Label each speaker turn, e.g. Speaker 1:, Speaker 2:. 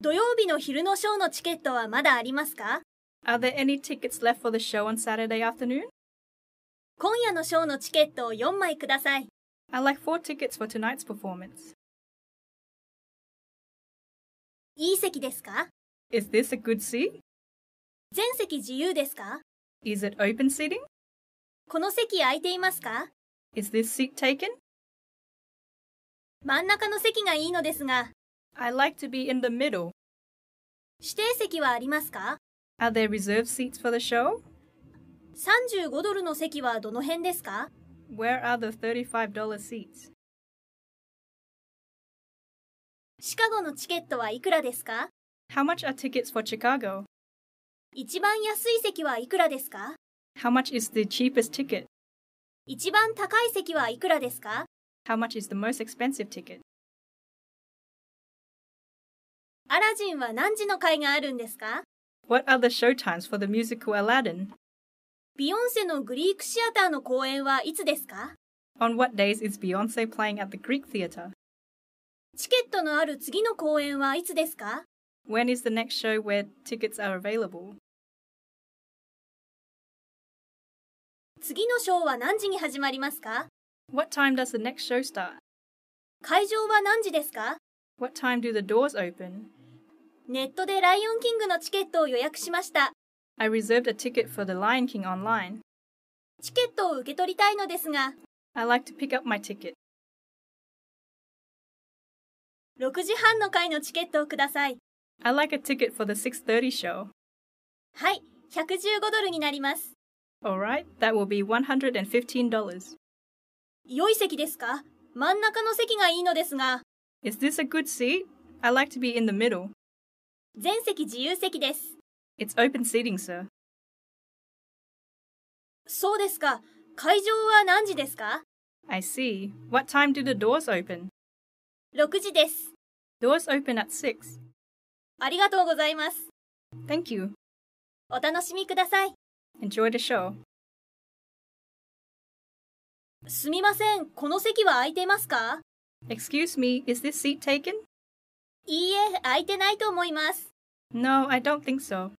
Speaker 1: 土曜日の昼のショーのチケットはまだありますか
Speaker 2: Are there any tickets left for the show on Saturday afternoon?
Speaker 1: 今夜のショーのチケットを4枚ください。
Speaker 2: I'd like four tickets for tonight's performance.
Speaker 1: いい席ですか
Speaker 2: Is this a good seat?
Speaker 1: 全席自由ですか
Speaker 2: Is it open seating?
Speaker 1: この席空いていますか
Speaker 2: Is this seat taken?
Speaker 1: 真ん中の席がいいのですが、
Speaker 2: I like to be in the middle.
Speaker 1: 指定席はありますか
Speaker 2: Are there reserved seats for the show?
Speaker 1: ?35 ドルの席はどの辺ですか
Speaker 2: Where are the $35 seats?
Speaker 1: シカゴのチケットはいくらですか
Speaker 2: How much are tickets for Chicago?
Speaker 1: 一番安い席はいくらですか
Speaker 2: How much is the cheapest ticket?
Speaker 1: 一番高い席はいくらですか
Speaker 2: How much is the most expensive ticket?
Speaker 1: アラジンは何時の会があるんですか
Speaker 2: What are the show times for the musical Aladdin?
Speaker 1: ビヨンセのグリークシアターの公演はいつですか
Speaker 2: On what days is Beyonce playing at the Greek Theatre?
Speaker 1: チケットのある次の公演はいつですか
Speaker 2: When is the next show where tickets are available?
Speaker 1: 次のショーは何時に始まりますか
Speaker 2: What time does the next show start?
Speaker 1: 会場は何時ですか
Speaker 2: What time do the doors open?
Speaker 1: ネットでライオンキングのチケットを予約しました。
Speaker 2: I reserved a ticket for The Lion King online.
Speaker 1: チケットを受け取りたいのですが、
Speaker 2: I like to pick up my ticket.
Speaker 1: 6時半の回のチケットをください。
Speaker 2: I like a ticket for the 6:30 show.
Speaker 1: はい、115ドルになります。
Speaker 2: All right, that will be $115.
Speaker 1: 良い席ですか真ん中の席がいいのですが、
Speaker 2: Is this a good seat? I like to be in the middle.
Speaker 1: 全席自由席です。
Speaker 2: It's open seating, sir.
Speaker 1: そうですか。会場は何時ですか
Speaker 2: I see. What time do the doors open?
Speaker 1: 6時です。
Speaker 2: Doors open at 6.
Speaker 1: ありがとうございます。
Speaker 2: Thank you.
Speaker 1: お楽しみください。
Speaker 2: Enjoy the show.
Speaker 1: すみません、この席は空いてますか
Speaker 2: Excuse me, is this seat taken?
Speaker 1: いいえ、空いてないと思います。
Speaker 2: No, I don't think so.